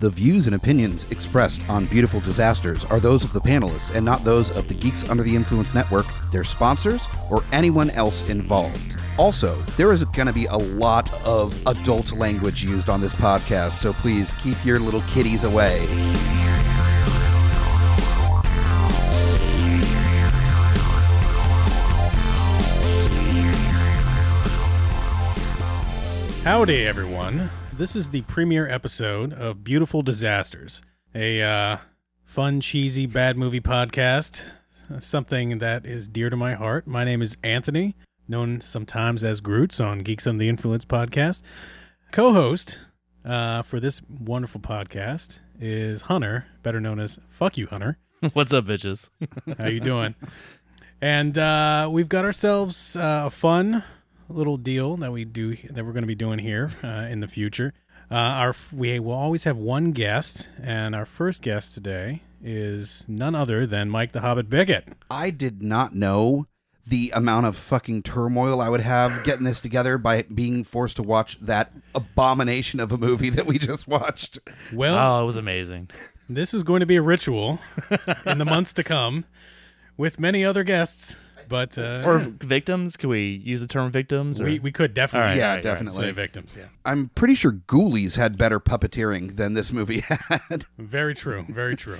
The views and opinions expressed on Beautiful Disasters are those of the panelists and not those of the Geeks Under the Influence Network, their sponsors, or anyone else involved. Also, there is going to be a lot of adult language used on this podcast, so please keep your little kitties away. Howdy, everyone. This is the premiere episode of Beautiful Disasters, a uh, fun, cheesy, bad movie podcast, something that is dear to my heart. My name is Anthony, known sometimes as Groots on Geeks on the Influence podcast. Co host uh, for this wonderful podcast is Hunter, better known as Fuck You Hunter. What's up, bitches? How you doing? and uh, we've got ourselves uh, a fun little deal that we do that we're going to be doing here uh, in the future. Uh, our we will always have one guest, and our first guest today is none other than Mike the Hobbit Bigot. I did not know the amount of fucking turmoil I would have getting this together by being forced to watch that abomination of a movie that we just watched. Well, Oh, it was amazing. this is going to be a ritual in the months to come with many other guests, but uh, Or victims? Can we use the term victims? Or? we we could definitely All right, yeah, all right, all right. definitely. say victims. Yeah, I'm pretty sure Ghoulies had better puppeteering than this movie had. very true, very true.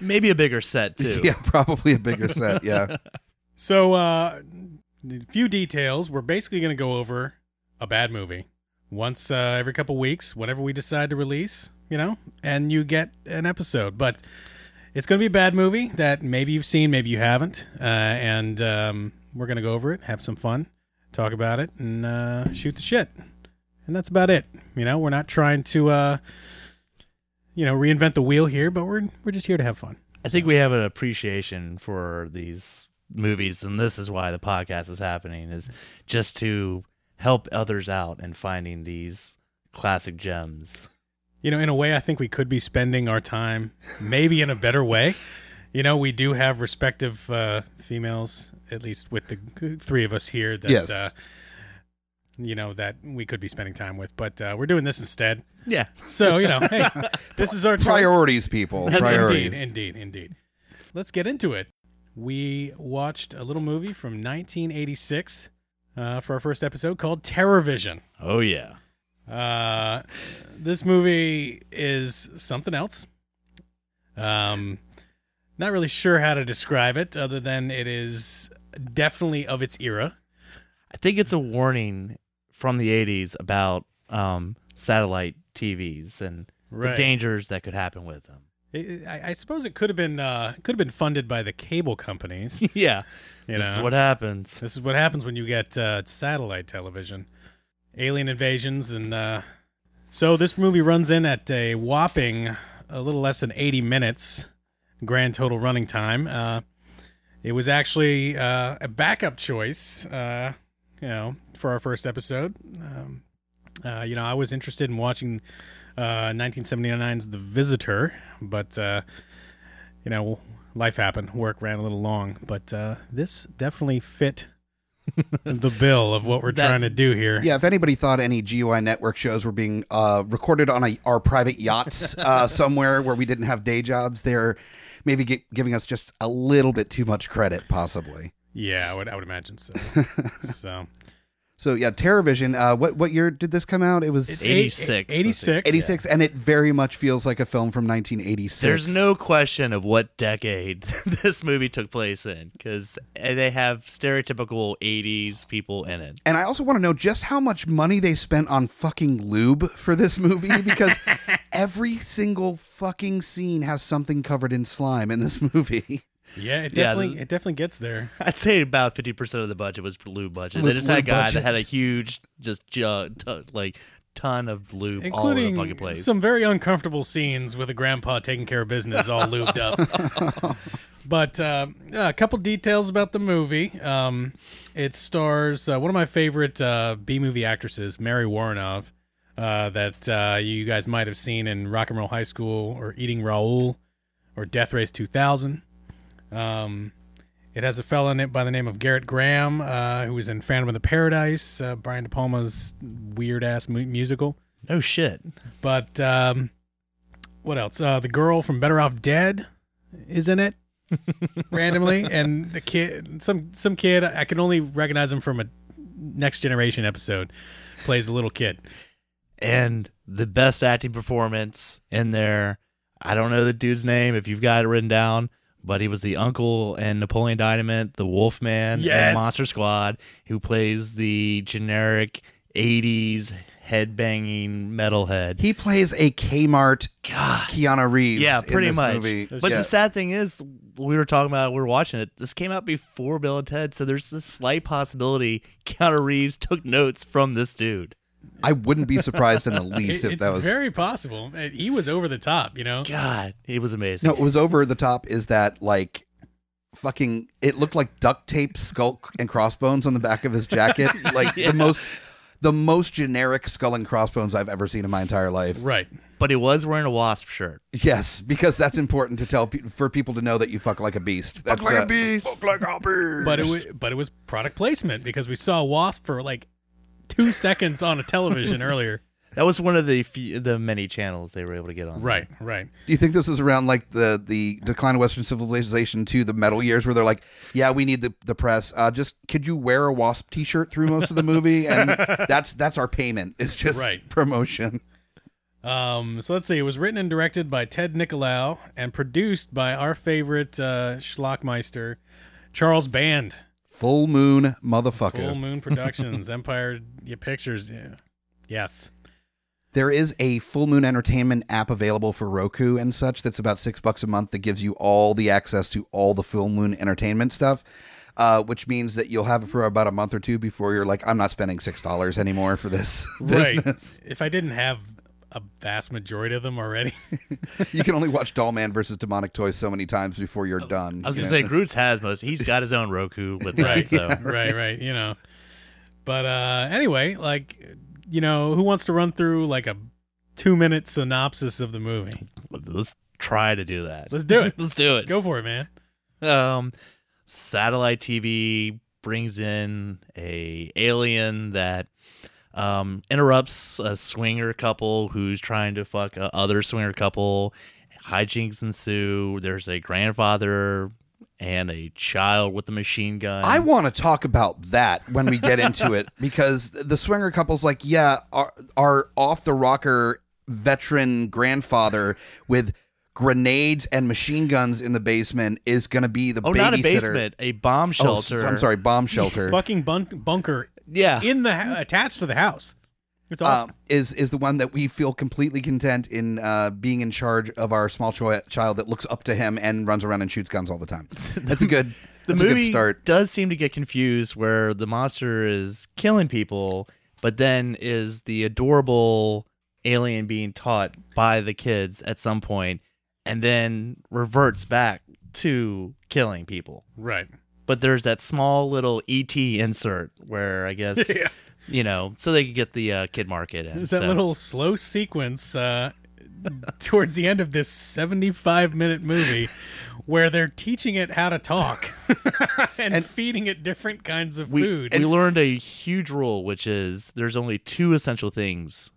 Maybe a bigger set too. yeah, probably a bigger set. Yeah. So, uh, a few details. We're basically going to go over a bad movie once uh, every couple weeks, whenever we decide to release, you know, and you get an episode. But it's going to be a bad movie that maybe you've seen, maybe you haven't. Uh, and um, we're going to go over it, have some fun, talk about it, and uh, shoot the shit. And that's about it. You know, we're not trying to, uh, you know, reinvent the wheel here, but we're we're just here to have fun. I think we have an appreciation for these movies, and this is why the podcast is happening is just to help others out in finding these classic gems. you know, in a way, I think we could be spending our time maybe in a better way. You know, we do have respective uh, females, at least with the g- three of us here. That, Yes. Uh, you know that we could be spending time with, but uh, we're doing this instead. Yeah. So you know, hey, this is our choice. Priorities, people. That's priorities. Indeed, indeed, indeed. Let's get into it. We watched a little movie from 1986 uh, for our first episode called Terror Vision. Oh yeah. Uh, this movie is something else. Um, not really sure how to describe it, other than it is definitely of its era. I think it's a warning from the '80s about um, satellite TVs and the dangers that could happen with them. It- I, I suppose it could have been uh, could have been funded by the cable companies. You yeah. this is know? what happens. This is what happens when you get uh, satellite television, alien invasions, and uh, so this movie runs in at a whopping a little less than 80 minutes grand total running time. Uh, it was actually uh, a backup choice, uh, you know, for our first episode. Um, uh, you know, I was interested in watching uh, 1979's The Visitor, but uh, you know, life happened. Work ran a little long, but uh, this definitely fit the bill of what we're That- trying to do here. Yeah, if anybody thought any GUI network shows were being uh, recorded on a, our private yachts uh, somewhere where we didn't have day jobs, they're maybe gi- giving us just a little bit too much credit, possibly. Yeah, I would, I would imagine so. so So yeah, TerraVision. Uh, what what year did this come out? It was It's 86, I think. 86. 86, and it very much feels like a film from 1986. There's no question of what decade this movie took place in because they have stereotypical 80s people in it. And I also want to know just how much money they spent on fucking lube for this movie because every single fucking scene has something covered in slime in this movie. Yeah, it Yeah, definitely the- it definitely gets there. I'd say about 50% of the budget was blue budget. Was they just had a lube guy budget. that had a huge, just jug, t- like, ton of lube all over the fucking including place. some very uncomfortable scenes with a grandpa taking care of business all lubed up. but uh, yeah, a couple details about the movie. Um, it stars uh, one of my favorite uh, B movie actresses, Mary Warrenov, uh, that uh, you guys might have seen in Rock and Roll High School or Eating Raoul or Death Race 2000. Um, it has a fellow in it by the name of Garrett Graham, uh, who was in Phantom of the Paradise, uh, Brian De Palma's weird ass mu- musical no shit. but um, what else? Uh, the girl from Better Off Dead is in it randomly, and the kid, some some kid, I can only recognize him from a Next Generation episode, plays a little kid. and the best acting performance in there. I don't know the dude's name if you've got it written down, but he was the uncle in Napoleon Dynamite, the Wolfman, Yes. and Monster Squad, who plays the generic '80s headbanging metalhead. He plays a Kmart God. Keanu Reeves. Yeah, in pretty this much. movie. But Yeah. the sad thing is, we were talking about, it, we were watching it. This came out before Bill and Ted, so there's this slight possibility Keanu Reeves took notes from this dude. I wouldn't be surprised in the least It- if it's that was very possible. Uh, He was over the top, you know. God, he was amazing. No, it was over the top. Is that like fucking? It looked like duct tape, skull and crossbones on the back of his jacket. Like the most, the most generic skull and crossbones I've ever seen in my entire life. Right. But he was wearing a wasp shirt. Yes, because that's important to tell pe- for people to know that you fuck like a beast. That's Fuck like uh, a beast. But it was, but it was product placement because we saw Wasp for like two seconds on a television earlier. That was one of the few, the many channels they were able to get on. Right. Right. Do you think this is around like the the decline of Western civilization to the metal years, where they're like, yeah, we need the the press. Uh, just could you wear a wasp t shirt through most of the movie, and that's that's our payment. It's just Right. promotion. Um, so let's see. It was written and directed by Ted Nicolau and produced by our favorite uh, schlockmeister, Charles Band. Full moon, motherfucker. Full Moon Productions, Empire yeah, Pictures. Yeah. Yes. There is a Full Moon Entertainment app available for Roku and such that's about six bucks a month that gives you all the access to all the Full Moon Entertainment stuff, uh, which means that you'll have it for about a month or two before you're like, I'm not spending six dollars anymore for this business. Right. If I didn't have a vast majority of them already, You can only watch Doll Man versus Demonic Toys so many times before you're done. I was you gonna know? say Groots has most. He's got his own Roku with that. right, So right, right, you know. But uh anyway, like you know, who wants to run through like a two minute synopsis of the movie? let's try to do that. Let's do it. let's do it. Go for it, man. um satellite tv brings in a alien that um interrupts a swinger couple who's trying to fuck a other swinger couple hijinks ensue there's a grandfather and a child with a machine gun I want to talk about that when we get into it because the swinger couple's like, yeah, our, our off the rocker veteran grandfather with grenades and machine guns in the basement is going to be the oh babysitter. not a basement a bomb Oh, s- shelter I'm sorry, bomb shelter. Fucking bun- bunker yeah in the ha- attached to the house. It's awesome. um, is is the one that we feel completely content in uh, being in charge of our small choi- child that looks up to him and runs around and shoots guns all the time. That's a good. the that's a movie good start. does seem to get confused where the monster is killing people but then is the adorable alien being taught by the kids at some point and then reverts back to killing people right. but there's that small little et insert where i guess Yeah. you know so they could get the uh, kid market in There's that so- little slow sequence uh, towards the end of this 75 minute movie where they're teaching it how to talk and, And- feeding it different kinds of we, food. we learned a huge rule, which is there's only two essential things: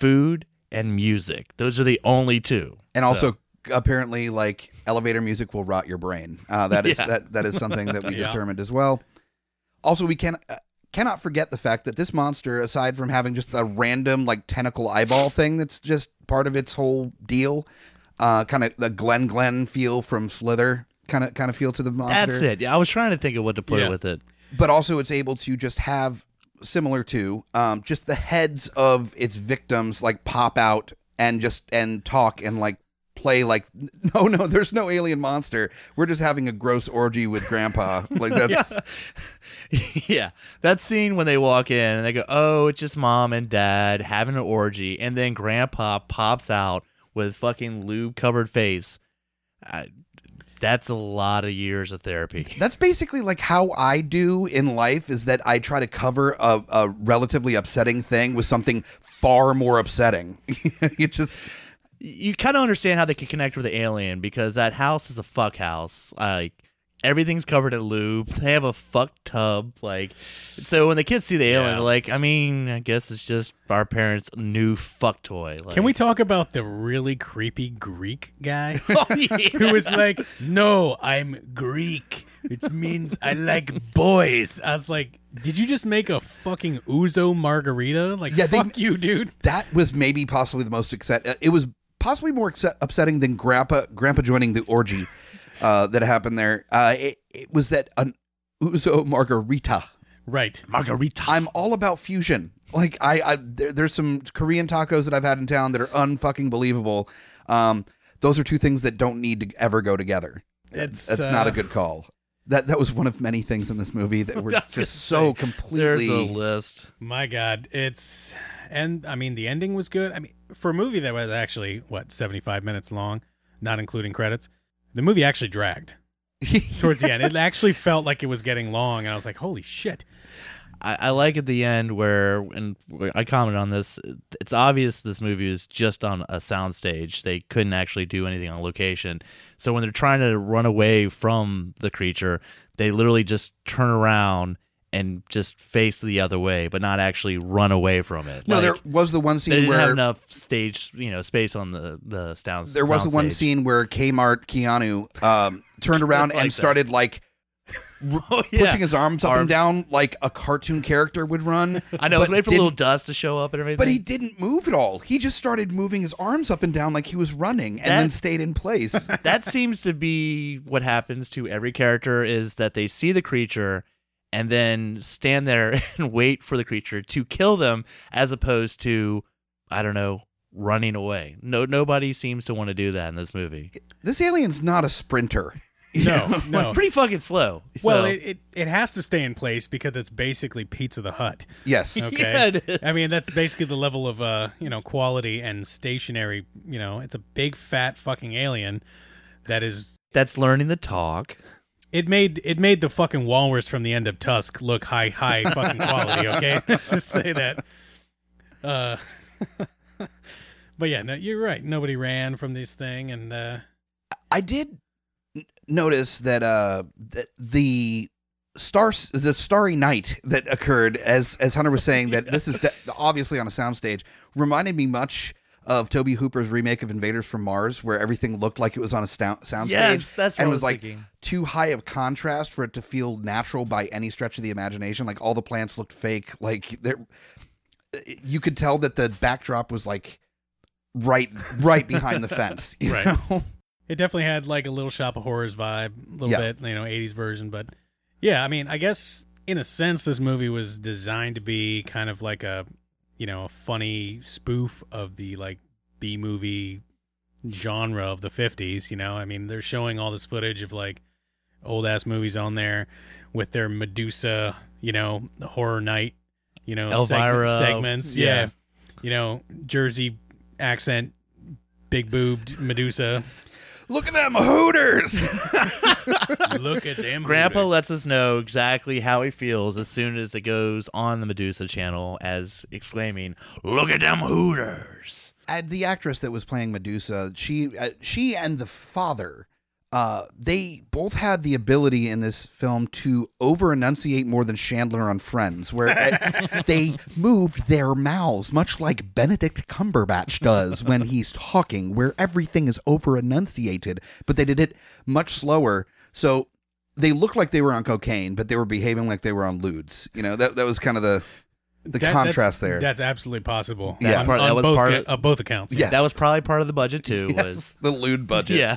food and music. Those are the only two. and So- also apparently like elevator music will rot your brain uh, that is Yeah. that that is something that we Yeah. determined as well also we can uh, cannot forget the fact that this monster aside from having just a random like tentacle eyeball thing that's just part of its whole deal uh, kind of the glen glen feel from slither kind of kind of feel to the monster that's it. Yeah, I was trying to think of what to put Yeah. with it. but also it's able to just have similar to um, just the heads of its victims like pop out and just and talk and like play like no no there's no alien monster we're just having a gross orgy with grandpa like that's yeah, that scene when they walk in and they go, "Oh, it's just mom and dad having an orgy," and then Grandpa pops out with fucking lube covered face. I, that's a lot of years of therapy. that's basically like how i do in life is that i try to cover a, a relatively upsetting thing with something far more upsetting it just you kind of understand how they could connect with the alien because that house is a fuck house. Like Everything's covered in lube. They have a fuck tub. Like, so when the kids see the alien, Yeah. they're like, I mean, I guess it's just our parents' new fuck toy. Like, Can we talk about the really creepy Greek guy Oh, yeah. who was like, "No, I'm Greek, which means I like boys." I was like, "Did you just make a fucking ouzo margarita?" Like, Yeah, they- fuck you, dude. That was maybe possibly the most upset. It was possibly more upset, upsetting than Grandpa Grandpa joining the orgy uh, that happened there. Uh, it, it was that an Uzo margarita. Right. Margarita? I'm all about fusion. Like I, I there, there's some Korean tacos that I've had in town that are unfucking believable. Um, those are two things that don't need to ever go together. It's That's not uh, a good call. That that was one of many things in this movie that were I just was gonna so say, There's completely. a list. My God, it's and I mean the ending was good. I mean for a movie that was actually what seventy five minutes long, not including credits, the movie actually dragged towards the end. It actually felt like it was getting long, and I was like, "Holy shit!" I, I like at the end where, and I commented on this. It's obvious this movie is just on a soundstage. They couldn't actually do anything on location. So when they're trying to run away from the creature, they literally just turn around and just face the other way, but not actually run away from it. no, Like, there was the one they scene didn't have where enough stage, you know, space on the the sound. there was the one soundstage. scene where Kmart Keanu um, turned around Like and that. started like Oh, yeah. pushing his arms up and Arms. down like a cartoon character would run. I know. I was but waiting for a little didn't- dust to show up and everything. But he didn't move at all. He just started moving his arms up and down like he was running and then That- stayed in place. that seems to be what happens to every character is that they see the creature and then stand there and wait for the creature to kill them as opposed to i don't know running away no nobody seems to want to do that in this movie this alien's not a sprinter. No, Well, no. it's pretty fucking slow Well, so- it, it it has to stay in place because it's basically Pizza the Hut. Yes. Okay. Yeah, it is. I mean, that's basically the level of uh, you know, quality and stationary, you know, it's a big fat fucking alien that is that's learning the talk it made it made the fucking walrus from the end of Tusk look high high fucking quality, okay? Let's just say that. Uh But yeah, no, you're right. Nobody ran from this thing and uh I did n- notice that uh that the star the starry night that occurred as as Hunter was saying that this is de- obviously on a soundstage reminded me much of Toby Hooper's remake of Invaders from Mars where everything looked like it was on a stou- soundstage. yes that's what and i was, was like thinking too high of contrast for it to feel natural by any stretch of the imagination. Like all the plants looked fake. Like there, you could tell that the backdrop was like right, right behind the fence. you Right. know? It definitely had like a little Shop of Horrors vibe, a little Yeah. bit, you know, 80s version. But yeah, I mean, I guess in a sense, this movie was designed to be kind of like a, you know, a funny spoof of the like B movie genre of the 50s. You know, I mean, they're showing all this footage of like old ass movies on there with their Medusa, you know, horror night, you know, segment- Elvira, segments. Yeah. yeah. You know, Jersey accent, big boobed Medusa. Look at them hooters. Look at them. grandpa hooters. lets us know exactly how he feels as soon as it goes on the medusa channel as exclaiming look at them hooters and the actress that was playing Medusa, she uh, she and the father, uh, they both had the ability in this film to over enunciate more than Chandler on Friends, where uh, they moved their mouths much like Benedict Cumberbatch does when he's talking, where everything is over enunciated, but they did it much slower. So they looked like they were on cocaine, but they were behaving like they were on lewds. You know that that was kind of the the That- that's- contrast there. That's absolutely possible. That's On- part- that on was both, part ca- of- uh, both accounts. Yes. That was probably part of the budget too. Yes, Was the lewd budget. yeah,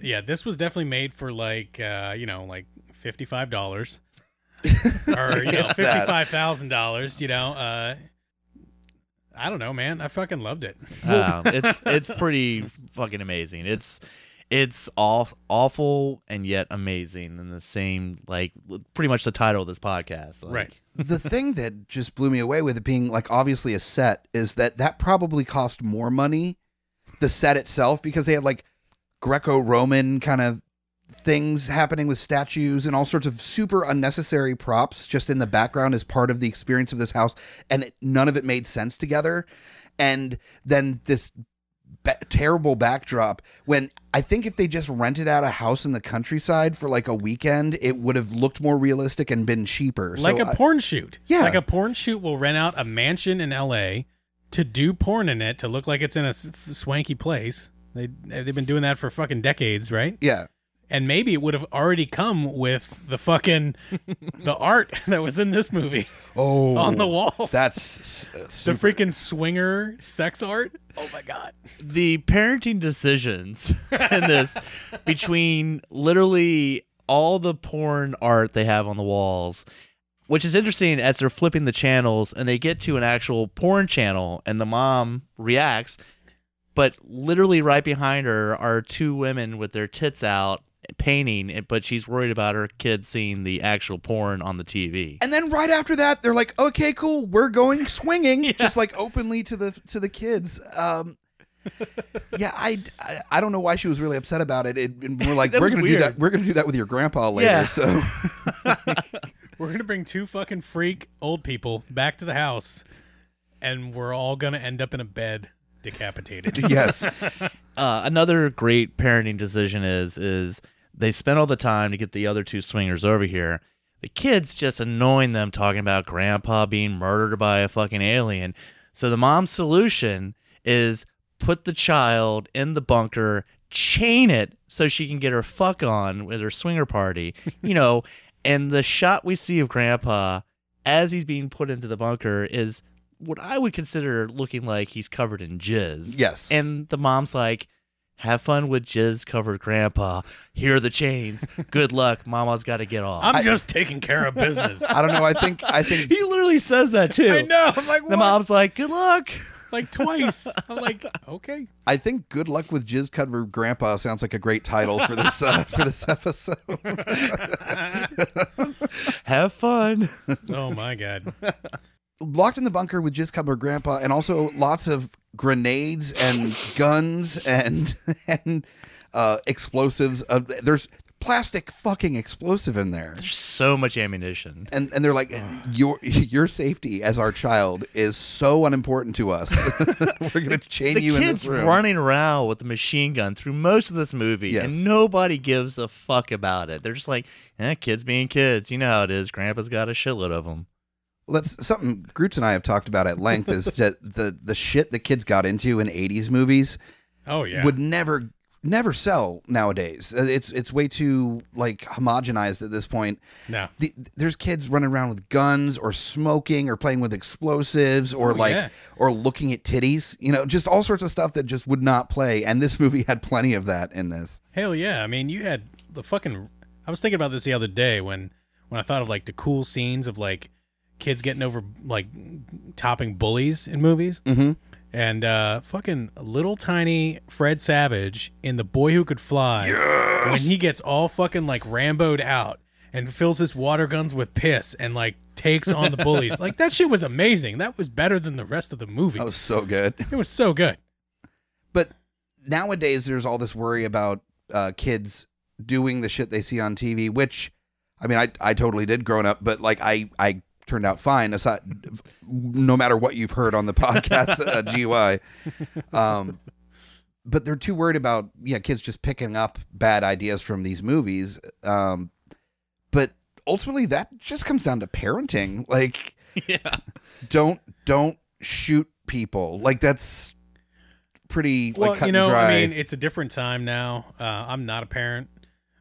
Yeah, this was definitely made for like uh, you know, like fifty five dollars. or you know, That. fifty five thousand dollars, you know. Uh I don't know, man. I fucking loved it. Uh, Um, it's it's pretty fucking amazing. It's it's aw- awful and yet amazing in the same like pretty much the title of this podcast. Like, Right. the thing that just blew me away with it being like obviously a set is that that probably cost more money the set itself because they had like greco-roman kind of things happening with statues and all sorts of super unnecessary props just in the background as part of the experience of this house and it, none of it made sense together and then this ba- terrible backdrop when I think if they just rented out a house in the countryside for like a weekend, it would have looked more realistic and been cheaper. like so a I- porn shoot. Yeah. Like a porn shoot will rent out a mansion in LA to do porn in it to look like it's in a s- f- swanky place. They they've been doing that for fucking decades, right? yeah. And maybe it would have already come with the fucking the art that was in this movie Oh, on the walls. That's s- uh, the super- freaking swinger sex art. Oh my god. the parenting decisions in this between literally all the porn art they have on the walls which is interesting as they're flipping the channels and they get to an actual porn channel and the mom reacts but literally right behind her are two women with their tits out painting it but she's worried about her kids seeing the actual porn on the tv And then right after that, they're like, "Okay, cool, we're going swinging," just like openly to the to the kids. Um, yeah, I, I I don't know why she was really upset about it. it and we're like, That we're was gonna do weird. that. We're gonna do that with your grandpa later. Yeah. So We're gonna bring two fucking freak old people back to the house, and we're all gonna end up in a bed, decapitated. yes, uh, another great parenting decision is is they spend all the time to get the other two swingers over here. The kids just annoying them talking about grandpa being murdered by a fucking alien. So the mom's solution is put the child in the bunker, chain it so she can get her fuck on with her swinger party, you know. And the shot we see of grandpa as he's being put into the bunker is what I would consider looking like he's covered in jizz. yes. And the mom's like, have fun with jizz covered grandpa. Here are the chains. Good luck. Mama's got to get off. I'm I- just taking care of business. I don't know. I think I think he literally says that too. I know. I'm like, The what? mom's like, good luck. like twice. I'm like, okay. I think "Good Luck with Jizz Covered Grandpa" sounds like a great title for this uh, for this episode. Have fun. Oh my god. Locked in the bunker with Jizz Covered Grandpa, and also lots of grenades and guns and and uh, explosives. Uh, there's plastic fucking explosive in there. There's so much ammunition. And, and they're like your your safety as our child is so unimportant to us. We're gonna chain The you in this kid's room. running around with a machine gun through most of this movie, Yes. and nobody gives a fuck about it. They're just like, eh, kids being kids. You know how it is. Grandpa's got a shitload of them. Well, that's something Groots and I have talked about at length is that the the shit the kids got into in '80s movies Oh yeah. would never never sell nowadays. Uh, It's it's way too like homogenized at this point. no. The, there's kids running around with guns or smoking or playing with explosives or Oh, like yeah. or looking at titties, you know, just all sorts of stuff that just would not play and this movie had plenty of that in this. Hell yeah. I mean, you had the fucking. I was thinking about this the other day when when I thought of like the cool scenes of like kids getting over like topping bullies in movies. Mhm. And uh, fucking little tiny Fred Savage in The Boy Who Could Fly, when he gets all fucking like Ramboed out and fills his water guns with piss and like takes on the bullies, like that shit was amazing. That was better than the rest of the movie. That was so good. It was so good. But nowadays there's all this worry about uh, kids doing the shit they see on TV, which I mean, I, I totally did growing up, but like I, I turned out fine. Aside, no matter what you've heard on the podcast, uh, GUI. Um, but they're too worried about yeah kids just picking up bad ideas from these movies. Um, but ultimately, that just comes down to parenting. Like, yeah. don't don't shoot people. Like that's pretty Well, like cut you know, and dry. I mean, it's a different time now. Uh, I'm not a parent,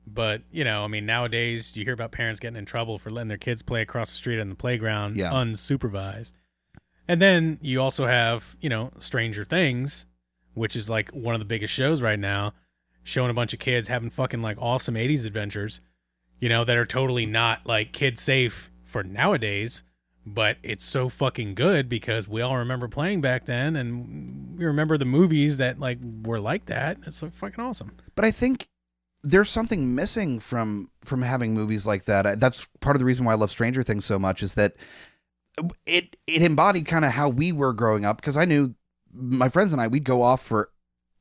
but you know, I mean, nowadays you hear about parents getting in trouble for letting their kids play across the street on the playground Yeah. unsupervised. And then you also have, you know, Stranger Things, which is like one of the biggest shows right now, showing a bunch of kids having fucking like awesome 80s adventures, you know, that are totally not like kid safe for nowadays. But it's so fucking good because we all remember playing back then and we remember the movies that like were like that. It's so fucking awesome. but I think there's something missing from from having movies like that. I- That's part of the reason why I love Stranger Things so much is that it it embodied kind of how we were growing up because I knew my friends and I we'd go off for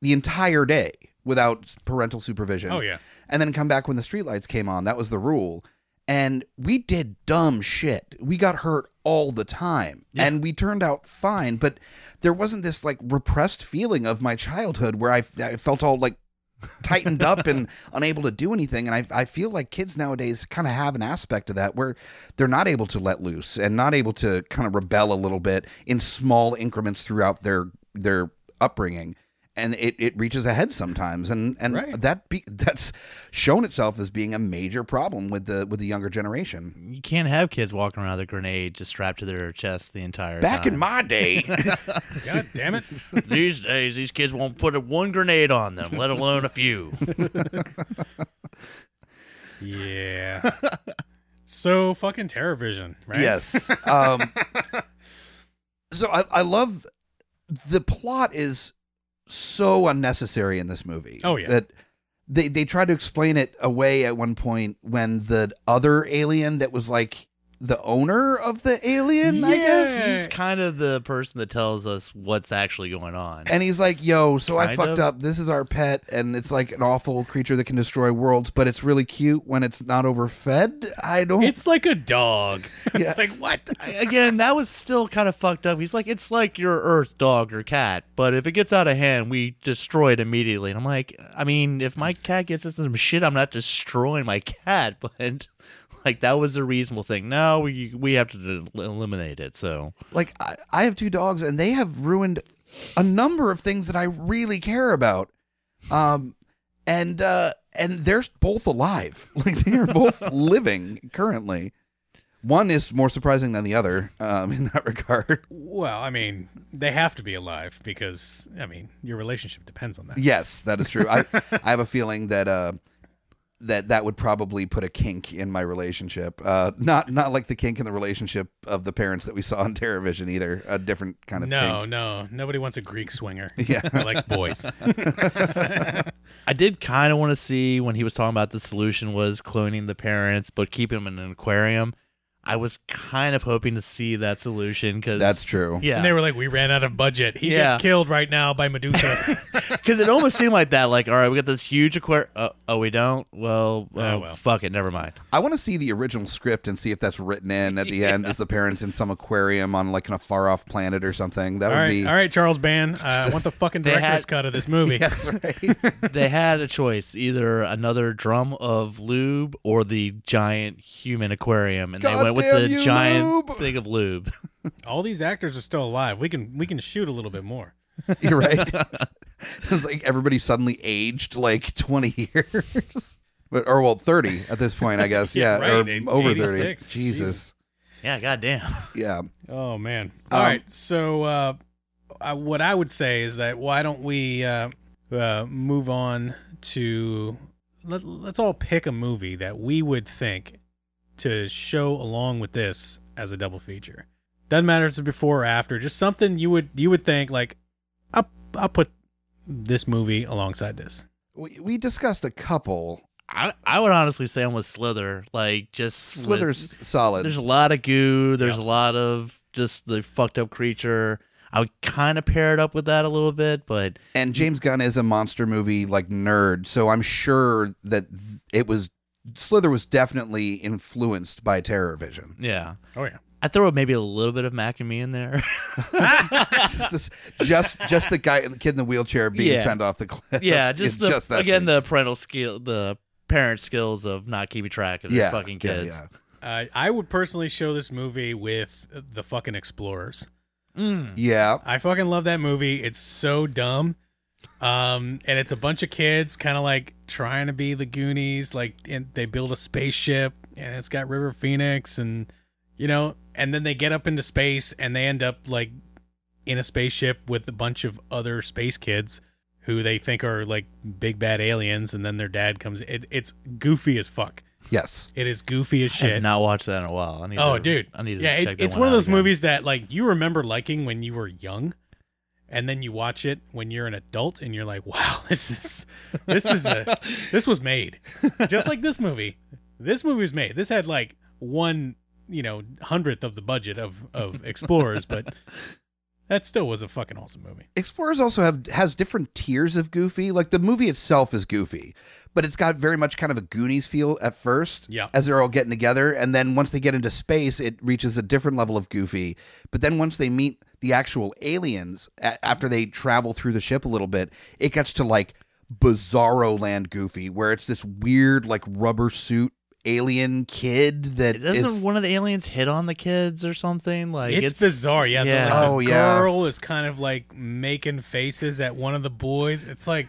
the entire day without parental supervision. Oh, yeah. and then come back when the streetlights came on. That was the rule. and we did dumb shit. We got hurt all the time Yeah. and we turned out fine, but there wasn't this like repressed feeling of my childhood where I, I felt all like tightened up and unable to do anything. And I, I feel like kids nowadays kind of have an aspect of that where they're not able to let loose and not able to kind of rebel a little bit in small increments throughout their their upbringing. And it, it reaches ahead sometimes, and and Right. that be, that's shown itself as being a major problem with the with the younger generation. You can't have kids walking around with a grenade just strapped to their chest the entire Back time. in my day, God damn it. these days, these kids won't put a, one grenade on them, let alone a few. Yeah. so fucking terror vision, right? Yes. Um, so I, I love the plot is so unnecessary in this movie. Oh, yeah. That they they try to explain it away at one point when the other alien that was like the owner of the alien, I guess. Yeah. He's kind of the person that tells us what's actually going on. And he's like, "Yo, so I Kind fucked of. up. This is our pet, and it's like an awful creature that can destroy worlds, but it's really cute when it's not overfed. I don't. It's like a dog. Yeah. It's like what? I- Again, that was still kind of fucked up. He's like, it's like your Earth dog or cat, but if it gets out of hand, we destroy it immediately. And I'm like, I mean, if my cat gets into some shit, I'm not destroying my cat, but like that was a reasonable thing. Now we we have to de- eliminate it. So like I, I have two dogs and they have ruined a number of things that I really care about. Um and uh and they're both alive. Like they are both living currently. One is more surprising than the other um in that regard. well, I mean, they have to be alive because I mean, your relationship depends on that. Yes, that is true. I I have a feeling that uh that that would probably put a kink in my relationship. Uh not not like the kink in the relationship of the parents that we saw on Terrorvision either. A different kind of no, kink. no, nobody wants a Greek swinger. Yeah. who likes boys. I did kind of want to see when he was talking about the solution was cloning the parents, but keeping them in an aquarium. I was kind of hoping to see that solution because That's true. Yeah, And they were like, "We ran out of budget. He Yeah. gets killed right now by Medusa." Because it almost seemed like that. Like, all right, we got this huge aquarium. Uh, oh, we don't. Well, uh, Oh, well. fuck it. Never mind. I want to see the original script and see if that's written in at the end as the parents in some aquarium on like a far off planet or something. That all would right, be. all right, Charles Band. Uh, I want the fucking They director's had- cut of this movie. Yes, right. they had a choice: either another drum of lube or the giant human aquarium, and they went with Goddamn the you, giant lube. thing of lube. All these actors are still alive. We can we can shoot a little bit more. You're right. it's like everybody suddenly aged like 20 years. But, or well, 30 at this point, I guess. Yeah, Yeah, right, or in over 30. 86. Jesus. yeah, goddamn. Yeah. Oh man! Um, All right. So, uh, I, what I would say is that why don't we uh, uh, move on to let, let's all pick a movie that we would think to show along with this as a double feature. Doesn't matter if it's before or after. Just something you would you would think like, I I put this movie alongside this. We, we discussed a couple. I, I would honestly say I'm with Slither. Like, just with- Slither's solid. There's a lot of goo. There's a lot of just the fucked up creature. I would kind of pair it up with that a little bit, but And James Gunn is a monster movie like nerd, so I'm sure that th- it was Slither was definitely influenced by Terror Vision. yeah. Oh yeah. I throw maybe a little bit of Mac and me in there. just, this- just just the guy, the kid in the wheelchair being Yeah. sent off the cliff. yeah, just It's the that again scene. the parental skill, the parent skills of not keeping track of their yeah, fucking yeah, kids. Yeah, Uh, I would personally show this movie with the fucking explorers. Mm. yeah. I fucking love that movie. It's so dumb. Um, and it's a bunch of kids kind of like trying to be the Goonies, like, and they build a spaceship and it's got River Phoenix and, you know, and then they get up into space and they end up like in a spaceship with a bunch of other space kids who they think are like big bad aliens. And then their dad comes. It, it's goofy as fuck. Yes. It is goofy as I shit. have not watched that in a while. I need Oh, to- dude. I need to yeah, check it, that it's one of out those again. movies that like you remember liking when you were young, and then you watch it when you're an adult, and you're like, wow, this is this is a this was made just like this movie. This movie was made. This had like one you know hundredth of the budget of of Explorers, but That still was a fucking awesome movie. Explorers also have has different tiers of goofy. Like the movie itself is goofy, but it's got very much kind of a Goonies feel at first. Yeah. As they're all getting together, and then once they get into space, it reaches a different level of goofy. But then once they meet the actual aliens a- after they travel through the ship a little bit, it gets to like bizarro land goofy, where it's this weird like rubber suit alien kid that Doesn't is- one of the aliens hit on the kids or something? Like it's, bizarre. Yeah. yeah. The, like, the Oh, yeah. girl is kind of like making faces at one of the boys. It's like,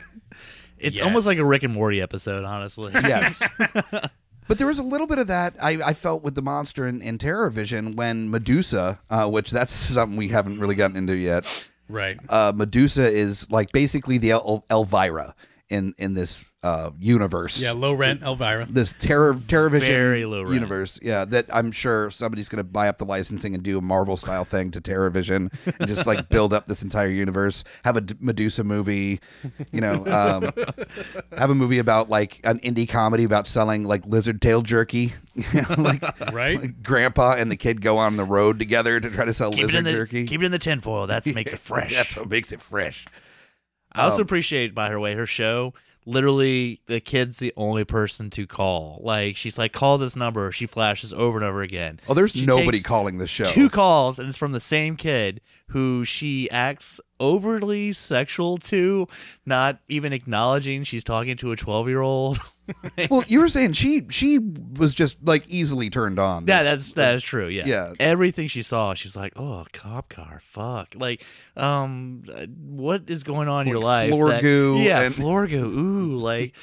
It's Yes. almost like a Rick and Morty episode, honestly. yes. But there was a little bit of that I, I felt with the monster in, in Terror Vision when Medusa, uh, which that's something we haven't really gotten into yet. right. Uh, Medusa is like basically the El- Elvira in in this uh, universe. Yeah. Low rent Elvira. This Terror Terror Very low rent. universe. Yeah, that I'm sure somebody's going to buy up the licensing and do a Marvel style thing to Terror Vision and just like build up this entire universe. Have a D- Medusa movie, you know. Um, have a movie about like an indie comedy about selling like lizard tail jerky. You know, like Right. like, grandpa and the kid go on the road together to try to sell Keep it lizard in the jerky. keep it in the tinfoil. That makes it fresh. That's what makes it fresh. I also Um, appreciate, by her way, her show. Literally, the kid's the only person to call. Like she's like, call this number. She flashes over and over again. Oh, there's She nobody takes calling the show. Two calls, and it's from the same kid who she acts overly sexual to, not even acknowledging she's talking to a twelve-year-old. well, you were saying she she was just like easily turned on. Yeah, This- that's that is true. Yeah. Yeah. Everything she saw, she's like, "Oh, a cop car, fuck!" Like, um, uh, what is going on in your Like life? floor that- goo yeah, and- floor goo. Ooh, like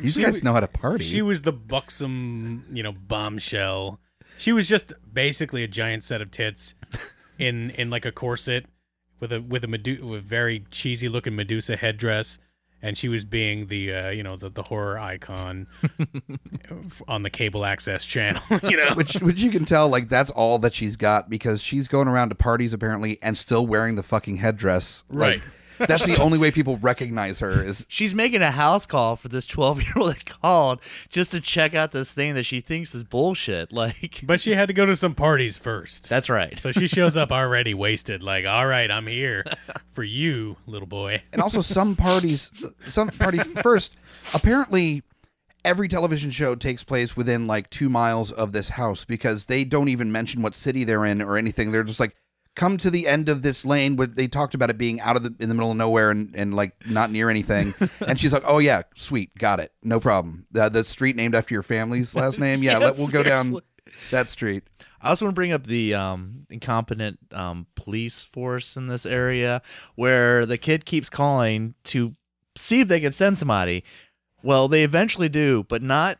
These She guys w- know how to party. She was the buxom, you know, bombshell. She was just basically a giant set of tits in in like a corset with a with a Medu- with very cheesy looking Medusa headdress, and she was being the uh, you know the, the horror icon f- on the cable access channel. You know, which which you can tell like that's all that she's got because she's going around to parties apparently and still wearing the fucking headdress. Like, that's the only way people recognize her is she's making a house call for this twelve-year-old that called just to check out this thing that she thinks is bullshit. Like, but she had to go to some parties first. that's right. so she shows up already wasted, like, all right, I'm here for you, little boy. and also some parties some parties first apparently every television show takes place within like 2 miles of this house because they don't even mention what city they're in or anything. They're just like come to the end of this lane where they talked about it being out of the in the middle of nowhere and, and like not near anything and she's like oh yeah sweet got it no problem the, the street named after your family's last name yeah, Yeah, let, we'll go down seriously. that street I also want to bring up the um, incompetent um, police force in this area where the kid keeps calling to see if they can send somebody. Well, they eventually do, but not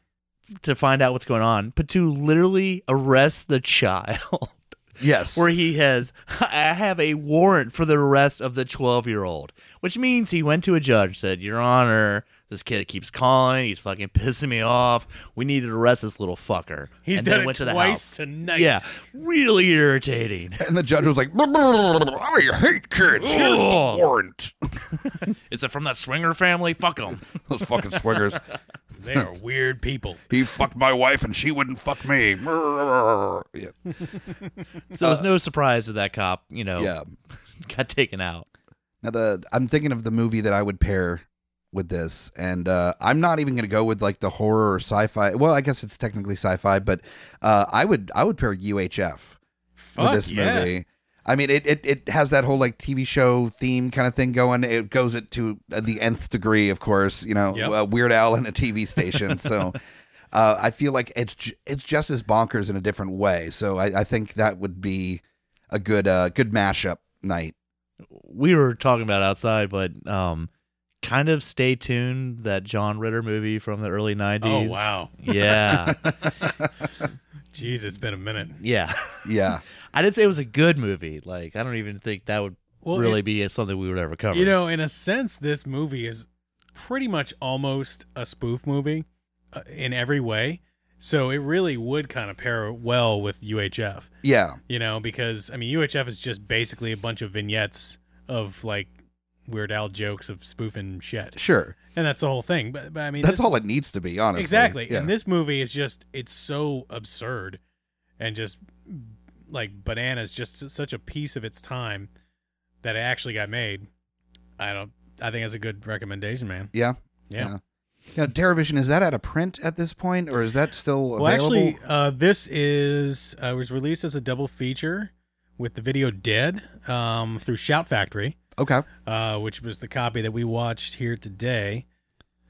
to find out what's going on, but to literally arrest the child. yes Where he has, I have a warrant for the arrest of the 12 year old, which means he went to a judge, said, Your Honor, this kid keeps calling. He's fucking pissing me off. We need to arrest this little fucker. He's and done then it went to the house. twice tonight. Yeah, really irritating. and the judge was like i hate kids here's the Ugh. warrant Is it from that swinger family? Fuck them. those fucking swingers They are weird people. he fucked my wife and she wouldn't fuck me. yeah. So it's no surprise that that cop, you know, yeah. got taken out. Now the I'm thinking of the movie that I would pair with this, and uh, I'm not even going to go with like the horror or sci-fi. Well, I guess it's technically sci-fi, but uh, I would I would pair UHF Fuck with this yeah. movie. I mean, it, it it has that whole like TV show theme kind of thing going. It goes it to uh, the nth degree, of course. You know, Yep. uh, Weird Al and a TV station. so. Uh, I feel like it's ju- it's just as bonkers in a different way, so I, I think that would be a good uh, good mashup night. We were talking about outside, but um, kind of stay tuned that John Ritter movie from the early 90s. Oh wow, Yeah. jeez, it's been a minute. yeah. Yeah, I didn't say it was a good movie. Like, I don't even think that would Well, really it- be something we would ever cover. you know, in a sense, this movie is pretty much almost a spoof movie uh, in every way. So it really would kind of pair well with UHF, yeah. you know, because I mean UHF is just basically a bunch of vignettes of like Weird Al jokes of spoofing shit, Sure. and that's the whole thing. But, but I mean, That's this, all it needs to be, honestly. exactly. Yeah. And this movie is just it's so absurd and just like bananas, just s- such a piece of its time that it actually got made. I don't. I think that's a good recommendation, man. Yeah. Yeah. Now, Terravision, is that out of print at this point, or is that still Well, available? actually, uh, this is uh, was released as a double feature with the video "Dead" um, through Shout Factory, okay. uh, which was the copy that we watched here today.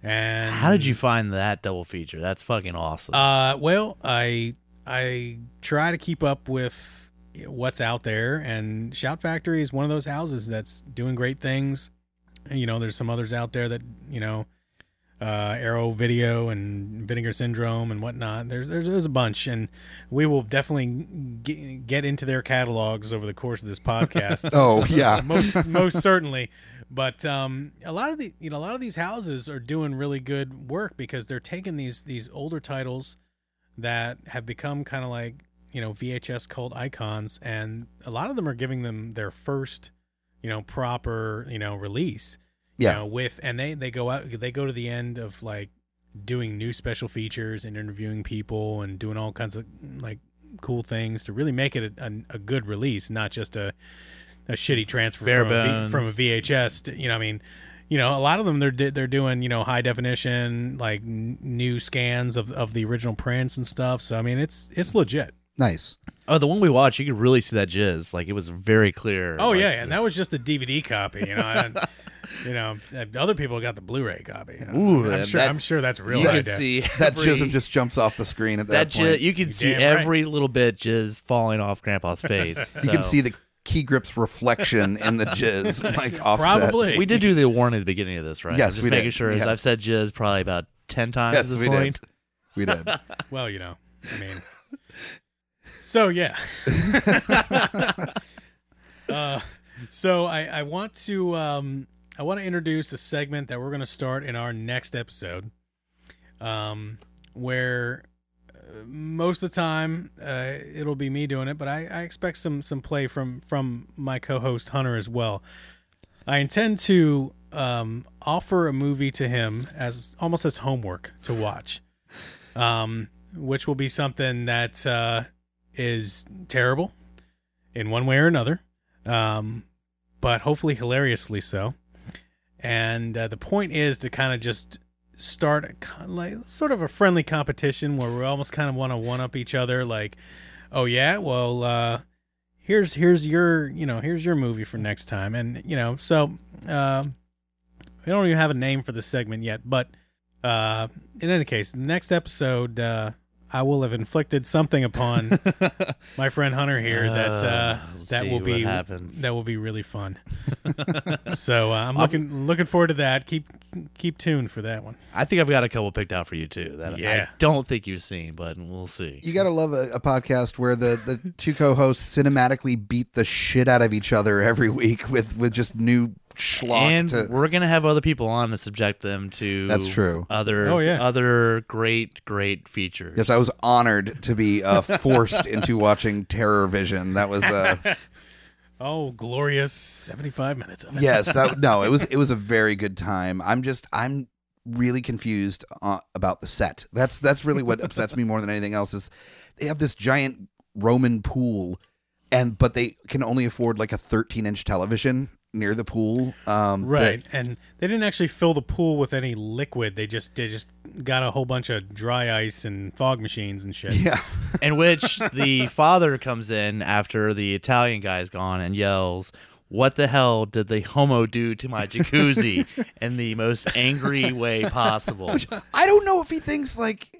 And How did you find that double feature? That's fucking awesome. Uh, well, I I try to keep up with what's out there, and Shout Factory is one of those houses that's doing great things. And, You know, there's some others out there that you know, uh, Arrow Video and Vinegar Syndrome and whatnot. There's there's, there's a bunch, and we will definitely get, get into their catalogs over the course of this podcast. Oh yeah. most most certainly. But um, a lot of the you know a lot of these houses are doing really good work because they're taking these these older titles that have become kind of like you know VHS cult icons, and a lot of them are giving them their first you know proper you know release. you Yeah. know, with and they they go out they go to the end of like doing new special features and interviewing people and doing all kinds of like cool things to really make it a, a, a good release, not just a a shitty transfer Bare from a, v, bones. from a VHS. To, you know, I mean, you know, a lot of them they're di- they're doing you know high definition like n- new scans of of the original prints and stuff. So I mean, it's it's legit. Nice. oh, the one we watched, you could really see that jizz. Like it was very clear. Oh Like, yeah, and that was just a DVD copy. You know, and, you know, other people got the Blu-ray copy. I'm Ooh, that- sure that- I'm sure that's real. you That- high could def. see That every- chism just jumps off the screen at that that, jizz. point. You can You're see damn right. every little bit jizz falling off Grandpa's face. You can so. see the key grip's reflection in the jizz, like offset. Probably. We did do the warning at the beginning of this, right? Yes, I'm just we did. making sure. We As had- I've said jizz probably about ten times Yes, at this we did. point. We did. Well, you know, I mean, so yeah. uh, so I, I want to um, I want to introduce a segment that we're going to start in our next episode, um, where uh, most of the time uh, it'll be me doing it, but I, I expect some some play from from my co-host Hunter as well. I intend to um, offer a movie to him as almost as homework to watch um, which will be something that uh, is terrible in one way or another, um, but hopefully hilariously so. And uh, the point is to kind of just start a, co- like sort of a friendly competition where we almost kind of want to one up each other. Like, oh yeah, well uh, here's here's your you know here's your movie for next time, and you know so. Uh, we don't even have a name for the segment yet, but uh, in any case, the next episode, uh, I will have inflicted something upon my friend Hunter here that uh, let's that see will be what happens. that will be really fun. so uh, I'm looking looking forward to that. Keep keep tuned for that one. I think I've got a couple picked out for you too. That Yeah. I don't think you've seen, but we'll see. You gotta love a, a podcast where the, the two co-hosts cinematically beat the shit out of each other every week with with just new schlock. And to- we're gonna have other people on to subject them to That's true. Other Oh, yeah. other great great features. yes, I was honored to be uh, forced into watching Terror Vision. That was uh, Oh, glorious 75 minutes of it. yes, that no, it was it was a very good time. I'm just I'm really confused uh, about the set. That's that's really what upsets me more than anything else is they have this giant Roman pool, and but they can only afford like a 13 inch television near the pool. Um, that- Right, and they didn't actually fill the pool with any liquid. They just they just got a whole bunch of dry ice and fog machines and shit. yeah. in which the father comes in after the Italian guy's gone and yells, "What the hell did the homo do to my jacuzzi?" in the most angry way possible. I don't know if he thinks like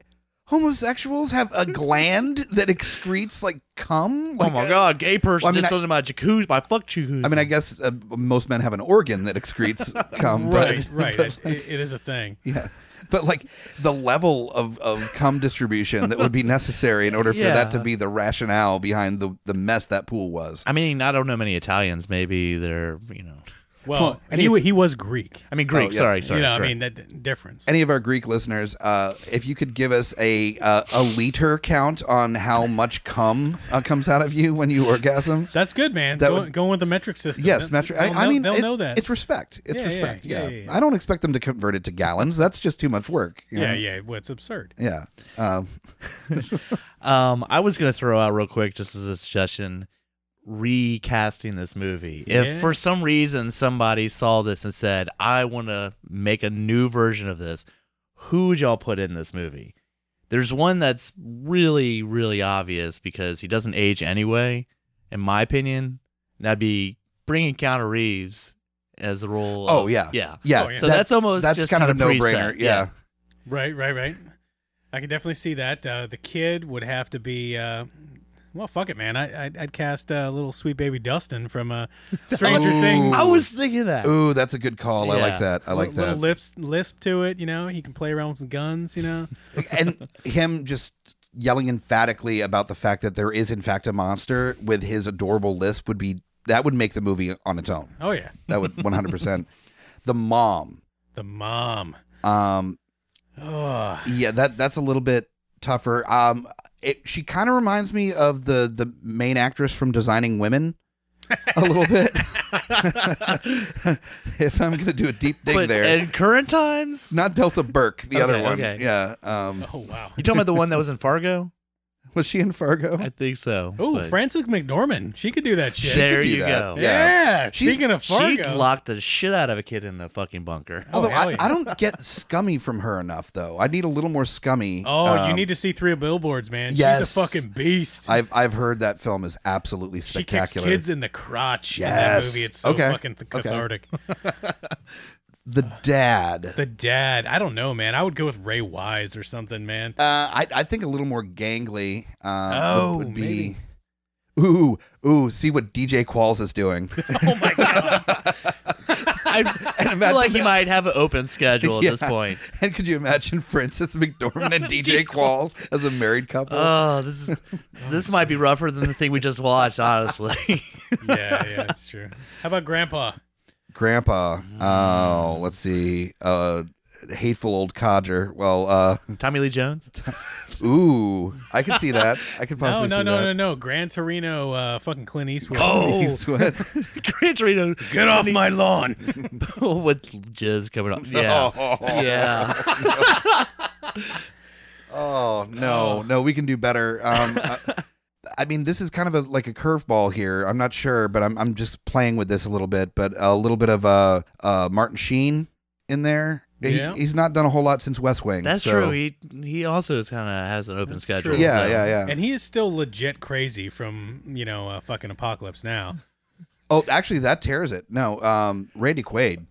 homosexuals have a gland that excretes like cum. oh Like, my uh, god, gay person Well, I mean, did I- something to my jacuzzi, my fuck jacuzzi. I mean, I guess uh, most men have an organ that excretes cum. but- Right, right. It- it- it is a thing. Yeah. But like the level of, of cum distribution that would be necessary in order for that to Yeah. be the rationale behind the, the mess that pool was. I mean, I don't know many Italians. Maybe they're, you know, Well, and he, he- wa- he was Greek. I mean, Greek. Oh, yeah. Sorry, sorry. you know, correct. I mean that- that difference. Any of our Greek listeners, uh, if you could give us a uh, a liter count on how much cum uh, comes out of you when you orgasm, That's good, man. That Go, would- going with the metric system. yes, They'll- metric. they'll I, I know- mean, they'll it- know that. it's respect. It's Yeah, yeah, respect. yeah, Yeah, yeah, yeah. I don't expect them to convert it to gallons. That's just too much work. you yeah, know? yeah. Well, it's absurd. yeah. Um, um, I was gonna throw out real quick, just as a suggestion, recasting this movie. Yeah. If for some reason somebody saw this and said, "I want to make a new version of this," who would y'all put in this movie? There's one that's really, really obvious because he doesn't age anyway, in my opinion. And that'd be bringing Keanu Reeves as the role. Oh, of- yeah. yeah. Yeah. Oh, yeah. So that's almost that's just kind of a kinda no brainer. preset. Yeah. Right, right, right. I can definitely see that. Uh, the kid would have to be. Uh, well, fuck it, man. I, I'd, I'd cast uh, little sweet baby Dustin from uh, Stranger Ooh. Things. I was thinking that. Ooh, that's a good call. I like Yeah. that. I like Little- that. Little lips, lisp to it. You know, he can play around with some guns. You know, and him just yelling emphatically about the fact that there is in fact a monster with his adorable lisp would be that would make the movie on its own. oh yeah, That would 100%. the mom. the mom. Um Oh, yeah, that that's a little bit tougher. Um it, she kind of reminds me of the the main actress from Designing Women a little bit. if I'm going to do a deep dig But there. in current times, not Delta Burke, the other Okay, one. okay. Yeah. Um, oh wow. you talking about the one that was in Fargo? was she in Fargo? I think so. Oh, but- Frances McDormand. She could do that shit. there do you that. go. yeah. She's- Speaking of She Fargo, locked the shit out of a kid in a fucking bunker. Oh, Although hell I, yeah. I don't get scummy from her enough, though. I need a little more scummy. oh, you Um, need to see Three Billboards, man. She's yes. a fucking beast. I've I've heard that film is absolutely she kicks spectacular. kids in the crotch in that Yes. movie. It's so Okay. fucking th- Okay. cathartic. The dad. The dad, I don't know, man. I would go with Ray Wise or something, man. uh, I I think a little more gangly. Um, Oh, would, would be. Ooh, ooh! See what DJ Qualls is doing. Oh my god, I feel imagine like he that- might have an open schedule at Yeah. this point. and could you imagine Francis McDormand and DJ Qualls as a married couple? Uh, Oh, this is this might be rougher than the thing we just watched. Honestly, yeah, yeah, that's true. How about Grandpa? Grandpa. mm. Oh, let's see. Uh, hateful old codger. Well, uh, Tommy Lee Jones. ooh, I can see that. I can No, possibly no, see no, that. no, no. Gran Torino, uh, fucking Clint Eastwood. Oh, He's sweat. Gran Torino get off my lawn! with jizz coming up. Yeah, yeah. Oh no, no, we can do better. Um, I, I mean, this is kind of a like a curveball here. I'm not sure, but I'm I'm just playing with this a little bit. But a little bit of uh, uh Martin Sheen in there. He- Yeah. he's not done a whole lot since West Wing. That's so- true. He he also is kind of has an open That's schedule. true. yeah, so- yeah, yeah, And he is still legit crazy from you know uh, fucking Apocalypse Now. Oh, actually, that tears it. No, um, Randy Quaid.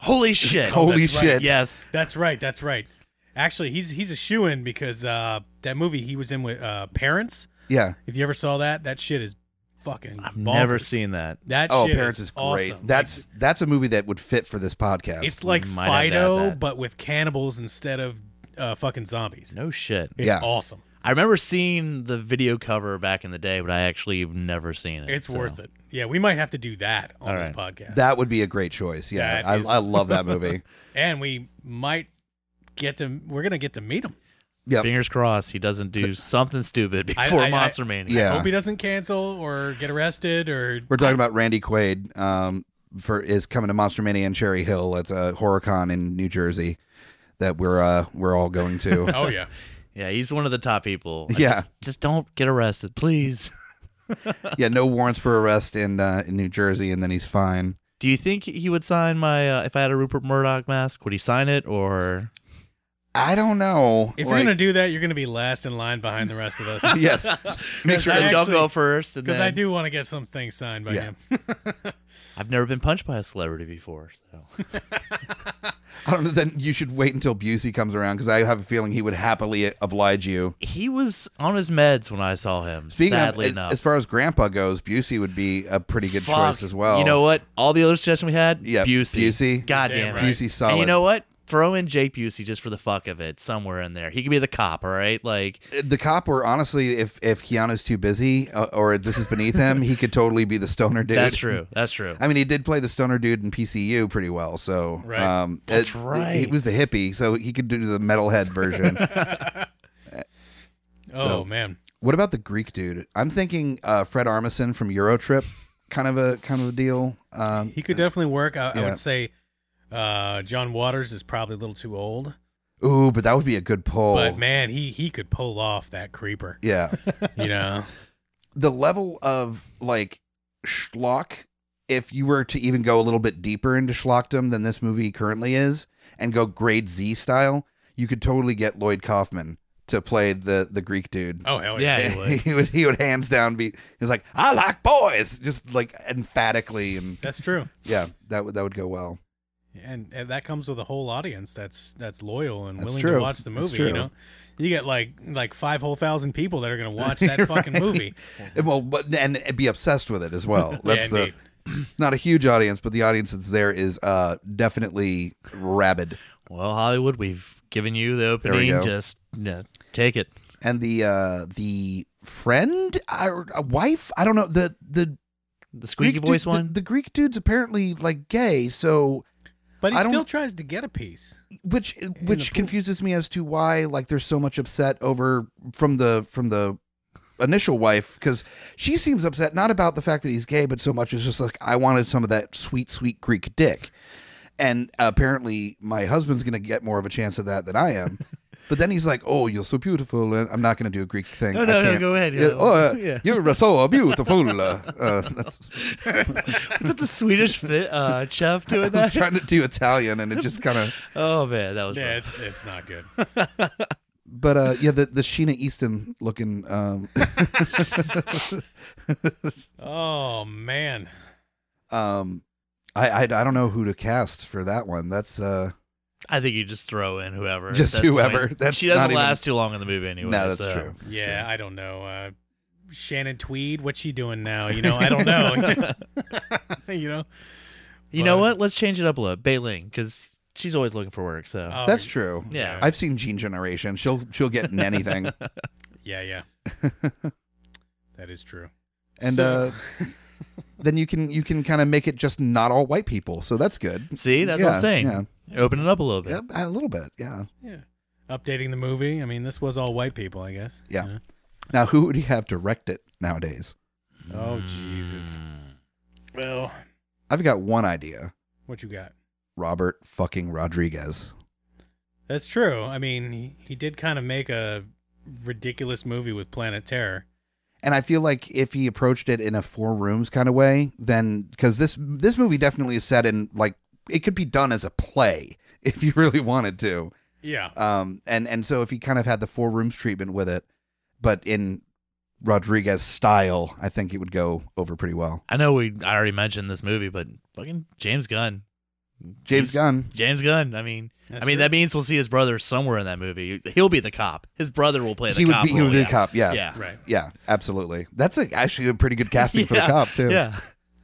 Holy shit. Oh, Holy that's right. shit! yes. That's right. That's right. Actually, he's he's a shoe in because uh, that movie he was in with uh, Parents. Yeah. If you ever saw that, that shit is fucking. I've never bonkers. seen that. that. Oh, shit Parents is great. awesome. That's that's a movie that would fit for this podcast. It's like might have to add Fido, that. but with cannibals instead of uh, fucking zombies. No shit. It's Yeah. awesome. I remember seeing the video cover back in the day, but I actually have never seen it. It's worth it. Yeah, we might have to do that on All this right. podcast. that would be a great choice. Yeah, That I, is- I love that movie. and we might get to, we're going to get to meet him. Yep. Fingers crossed he doesn't do something stupid I- before I- I- Monster Mania. Yeah. Hope he doesn't cancel or get arrested or. We're talking about Randy Quaid um, for is coming to Monster Mania in Cherry Hill. It's a HorrorCon in New Jersey that we're uh, we're all going to. Oh, yeah. Yeah, he's one of the top people. I Yeah. Just, just don't get arrested, please. yeah, no warrants for arrest in uh, in New Jersey, and then he's fine. Do you think he would sign my, uh, if I had a Rupert Murdoch mask, would he sign it or? I don't know. If like- you're going to do that, you're going to be last in line behind the rest of us. yes, make sure. I Did y'all actually- go first? and Because I then- do want to get some things signed by Yeah. him. I've never been punched by a celebrity before. So. I don't know. Then you should wait until Busey comes around because I have a feeling he would happily oblige you. He was on his meds when I saw him. sadly of, as- enough. as, far as Grandpa goes, Busey would be a pretty good Fuck. choice as well. You know what? All the other suggestions we had, Yeah, Busey. Busey. God Damn damn right. it. Busey's solid. And you know what? Throw in Jake Busey just for the fuck of it somewhere in there. He could be the cop, all right? Like, the cop were honestly, if if Keanu's too busy uh, or this is beneath him, he could totally be the stoner dude. that's true. That's true. I mean, he did play the stoner dude in PCU pretty well, so Right. um, That's it- right. He was the hippie, so he could do the metalhead version. Oh, So- man. what about the Greek dude? I'm thinking uh, Fred Armisen from Eurotrip, kind of a kind of a deal. Um, He could definitely work. I, I Yeah. would say uh, John Waters is probably a little too old, ooh, but that would be a good pull. but man, he he could pull off that creeper. yeah, You know, the level of like schlock, if you were to even go a little bit deeper into schlockdom than this movie currently is, and go grade Z style, you could totally get Lloyd Kaufman to play the the Greek dude. Oh hell yeah! Yeah. he would. he would he would hands down be he's like I like boys just like emphatically and That's true. yeah that would that would go well And, and that comes with a whole audience that's that's loyal and That's willing true. to watch the That's movie. You true. know, you get like like five whole thousand people that are going to watch that fucking Right. movie. And, well but and be obsessed with it as well that's yeah, the indeed. not a huge audience but the audience that's there is uh definitely rabid Well, Hollywood, we've given you the There we opening. go. Just yeah, take it. and the uh the friend or a wife I don't know the the The squeaky Greek voice dude- the- one. the, Greek dude's apparently like gay so But he I don't- still tries to get a piece. which which pool. confuses me as to why like there's so much upset over from the from the initial wife because she seems upset not about the fact that he's gay but so much as just like i wanted some of that sweet sweet greek dick and apparently my husband's gonna get more of a chance of that than i am but then he's like oh you're so beautiful and i'm not gonna do a greek thing No, I no, no, can't." go ahead, Yeah, yeah. oh, uh, Yeah. you're so beautiful uh, uh, that's, Is it the Swedish fit, uh, chef i doing was that? trying to do italian and it just kind of Oh man, that was Yeah, it's rough. it's not good. But uh, yeah, the the Sheena Easton looking. Um, Oh man, um, I, I I don't know who to cast for that one. That's uh, I think you just throw in whoever. at Just this point. whoever. That's she not doesn't even- last too long in the movie anyway. no, that's so- true. yeah, I don't know. Uh, Shannon Tweed, what's she doing now? You know, I don't know. you know, You But- know what? Let's change it up a little. Beiling, because she's always looking for work. So Oh, That's true. um, yeah, I've seen Gene Generation. She'll she'll get in anything. Yeah, yeah. that is true. And So- uh, then you can you can kind of make it just not all white people. So that's good. see, that's what Yeah, I'm saying. yeah. Open it up a little bit. Yeah, a little bit. Yeah. Yeah. Updating the movie. I mean, this was all white people, I guess. Yeah. Now who would you have direct it nowadays? Oh, Jesus. Mm. Well, I've got one idea. what you got? Robert fucking Rodriguez. That's true. I mean, he, he did kind of make a ridiculous movie with Planet Terror. and I feel like if he approached it in a four rooms kind of way, then because this this movie definitely is set in like it could be done as a play if you really wanted to. Yeah. Um, and and so if he kind of had the four rooms treatment with it, but in Rodriguez style, I think it would go over pretty well. I know we. I already mentioned this movie, but fucking James Gunn. James He's- Gunn, James Gunn. I mean, I mean that means we'll see his brother somewhere in that movie. He'll be the cop. His brother will play the he would cop. be he would role, be yeah. the cop. Yeah. Yeah. Right. Yeah, absolutely. That's a, actually a pretty good casting for the Yeah. cop too. Yeah.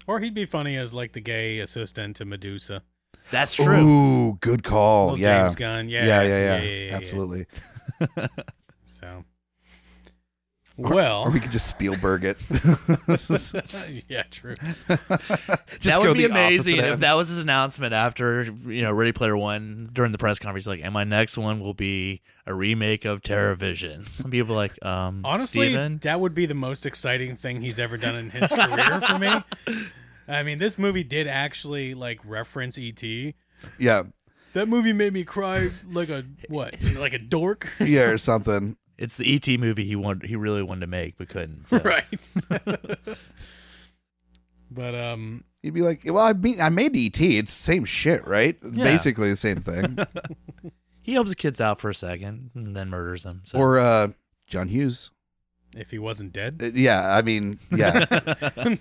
Or he'd be funny as like the gay assistant to Medusa. That's true. Ooh, good call. Little Oh, yeah. James Gunn. yeah, Yeah. yeah, yeah, Absolutely. So. Well, Or we could just Spielberg it. yeah, true. that would be amazing if that was his announcement after you know Ready Player One during the press conference. Like, and my next one will be a remake of TerraVision. And people are like, um, Honestly, Steven? that would be the most exciting thing he's ever done in his career for me. I mean, this movie did actually like reference E ET. yeah, That movie made me cry like a what? Like a dork. yeah, or something. it's the ET movie he wanted. He really wanted to make but couldn't. so. Right. but um You'd be like, well, I mean, I made ET. It's the same shit, right? Basically the same thing. He helps the kids out for a second and then murders them. So. or uh, John Hughes. if he wasn't dead, Uh, yeah, I mean, yeah.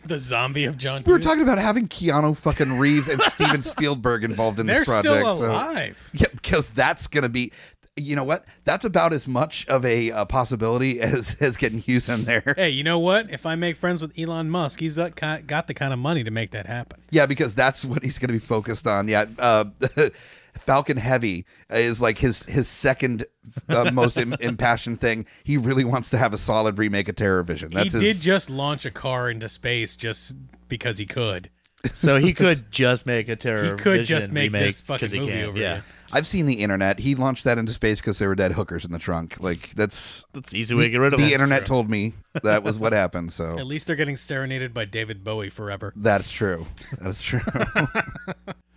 the zombie of John we were Hughes- talking about having Keanu fucking Reeves and Steven Spielberg involved in They're this project. still so- alive. Yeah, because that's gonna be. You know what? That's about as much of a uh, possibility as as getting Hughes in there. Hey, you know what? If I make friends with Elon Musk, he's got got the kind of money to make that happen. Yeah, because that's what he's going to be focused on. Yeah, uh, Falcon Heavy is like his his second uh, most Im- impassioned thing. He really wants to have a solid remake of Terror Vision. That's he his, did just launch a car into space just because he could. so he could just make a terror. He could just make this fucking he movie can. over yeah. here. I've seen the internet. He launched that into space because there were dead hookers in the trunk. Like that's That's the easy way to get rid of the him. internet true. told me that was what happened. So At least they're getting serenaded by David Bowie forever. that's true. That's true.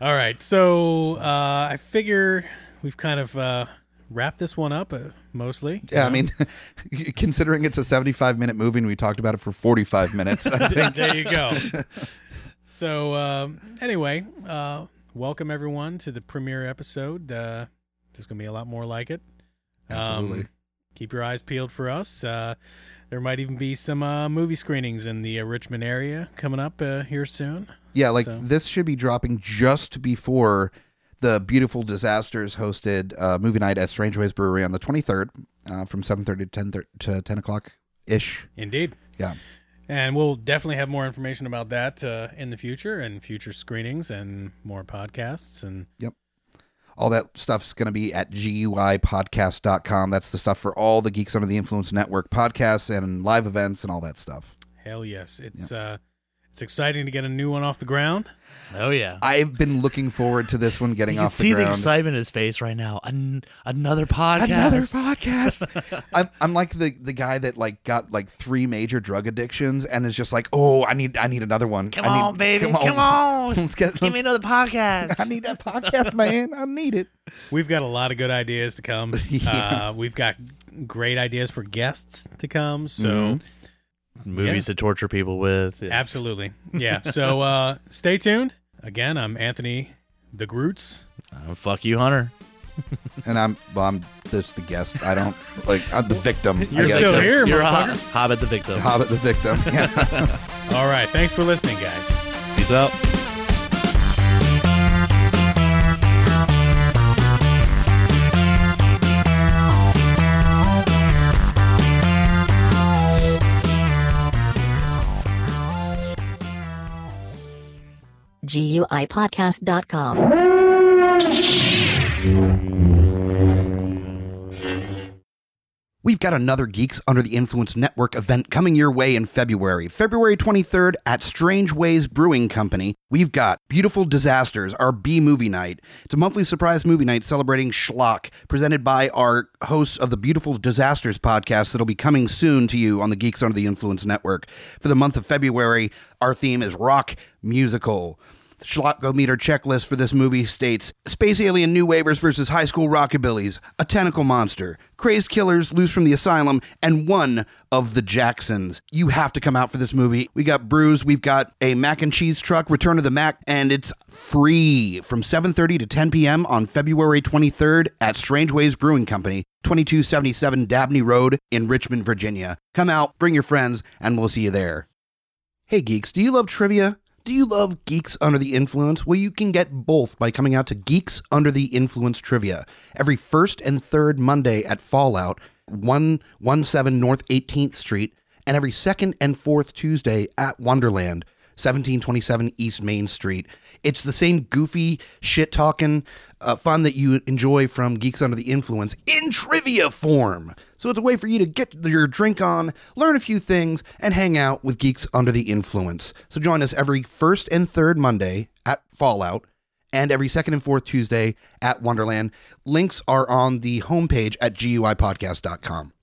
All right, so uh, I figure we've kind of uh, wrap this one up uh, mostly. you Yeah, I know? mean, considering it's a 75 minute movie and we talked about it for 45 minutes, I think there you go. So um, anyway, uh, welcome everyone to the premiere episode. Uh, there's gonna be a lot more like it. Um, Absolutely. keep your eyes peeled for us. Uh, there might even be some uh, movie screenings in the uh, Richmond area coming up uh, here soon. Yeah, like So- this should be dropping just before the beautiful disasters hosted uh, movie night at Strange Ways Brewery on the 23rd uh, from 7:30 to 10 to 10 o'clock ish. Indeed. Yeah. And we'll definitely have more information about that uh, in the future and future screenings and more podcasts and All that stuff's going to be at guipodcast.com. That's the stuff for all the Geeks Under the Influence Network podcasts and live events and all that stuff. hell yes, it's uh, it's exciting to get a new one off the ground. Oh yeah. I've been looking forward to this one getting you can off see the the, ground. excitement in his face right now. An- another podcast. Another podcast. I'm, I'm like the, the guy that like got like three major drug addictions and is just like, oh, I need I need another one. Come I need- on, baby. Come on. Let's get. Give me another podcast. I need that podcast, man. I need it. We've got a lot of good ideas to come. Yeah. uh, we've got great ideas for guests to come. So Movies to torture people with. It's- absolutely, yeah. so uh, stay tuned. Again, I'm Anthony the Groots. Uh, fuck you, Hunter. And I'm well, I'm just the guest. I don't like. I'm the victim. I You're guess. still The here, You're a motherfucker. hob- hobbit the victim. Hobbit, the victim. Yeah. All right, thanks for listening, guys. Peace out. GUIPodcast.com. We've got another Geeks Under the Influence Network event coming your way in February. February 23rd at Strange Ways Brewing Company. We've got Beautiful Disasters, our B movie night. It's a monthly surprise movie night celebrating schlock, presented by our hosts of the Beautiful Disasters podcast that'll be coming soon to you on the Geeks Under the Influence Network. For the month of February, our theme is rock musical. The Schlockometer checklist for this movie states Space Alien New Waivers versus High School Rockabillys, A Tentacle Monster, Crazed Killers Loose from the Asylum, and one of the Jacksons. You have to come out for this movie. We got Brews, we've got a mac and cheese truck, Return of the Mac, and it's free from 7.30 to 10 p.m. on February 23rd at Strange Ways Brewing Company, 2277 Dabney Road in Richmond, Virginia. Come out, bring your friends, and we'll see you there. Hey geeks, do you love trivia? Do you love Geeks Under the Influence? Well, you can get both by coming out to Geeks Under the Influence Trivia every first and third Monday at Fallout, 117 North 18th Street, and every second and fourth Tuesday at Wonderland, 1727 East Main Street. It's the same goofy, shit talking uh, fun that you enjoy from Geeks Under the Influence in trivia form. So it's a way for you to get your drink on, learn a few things, and hang out with Geeks Under the Influence. So join us every first and third Monday at Fallout and every second and fourth Tuesday at Wonderland. Links are on the homepage at guipodcast.com.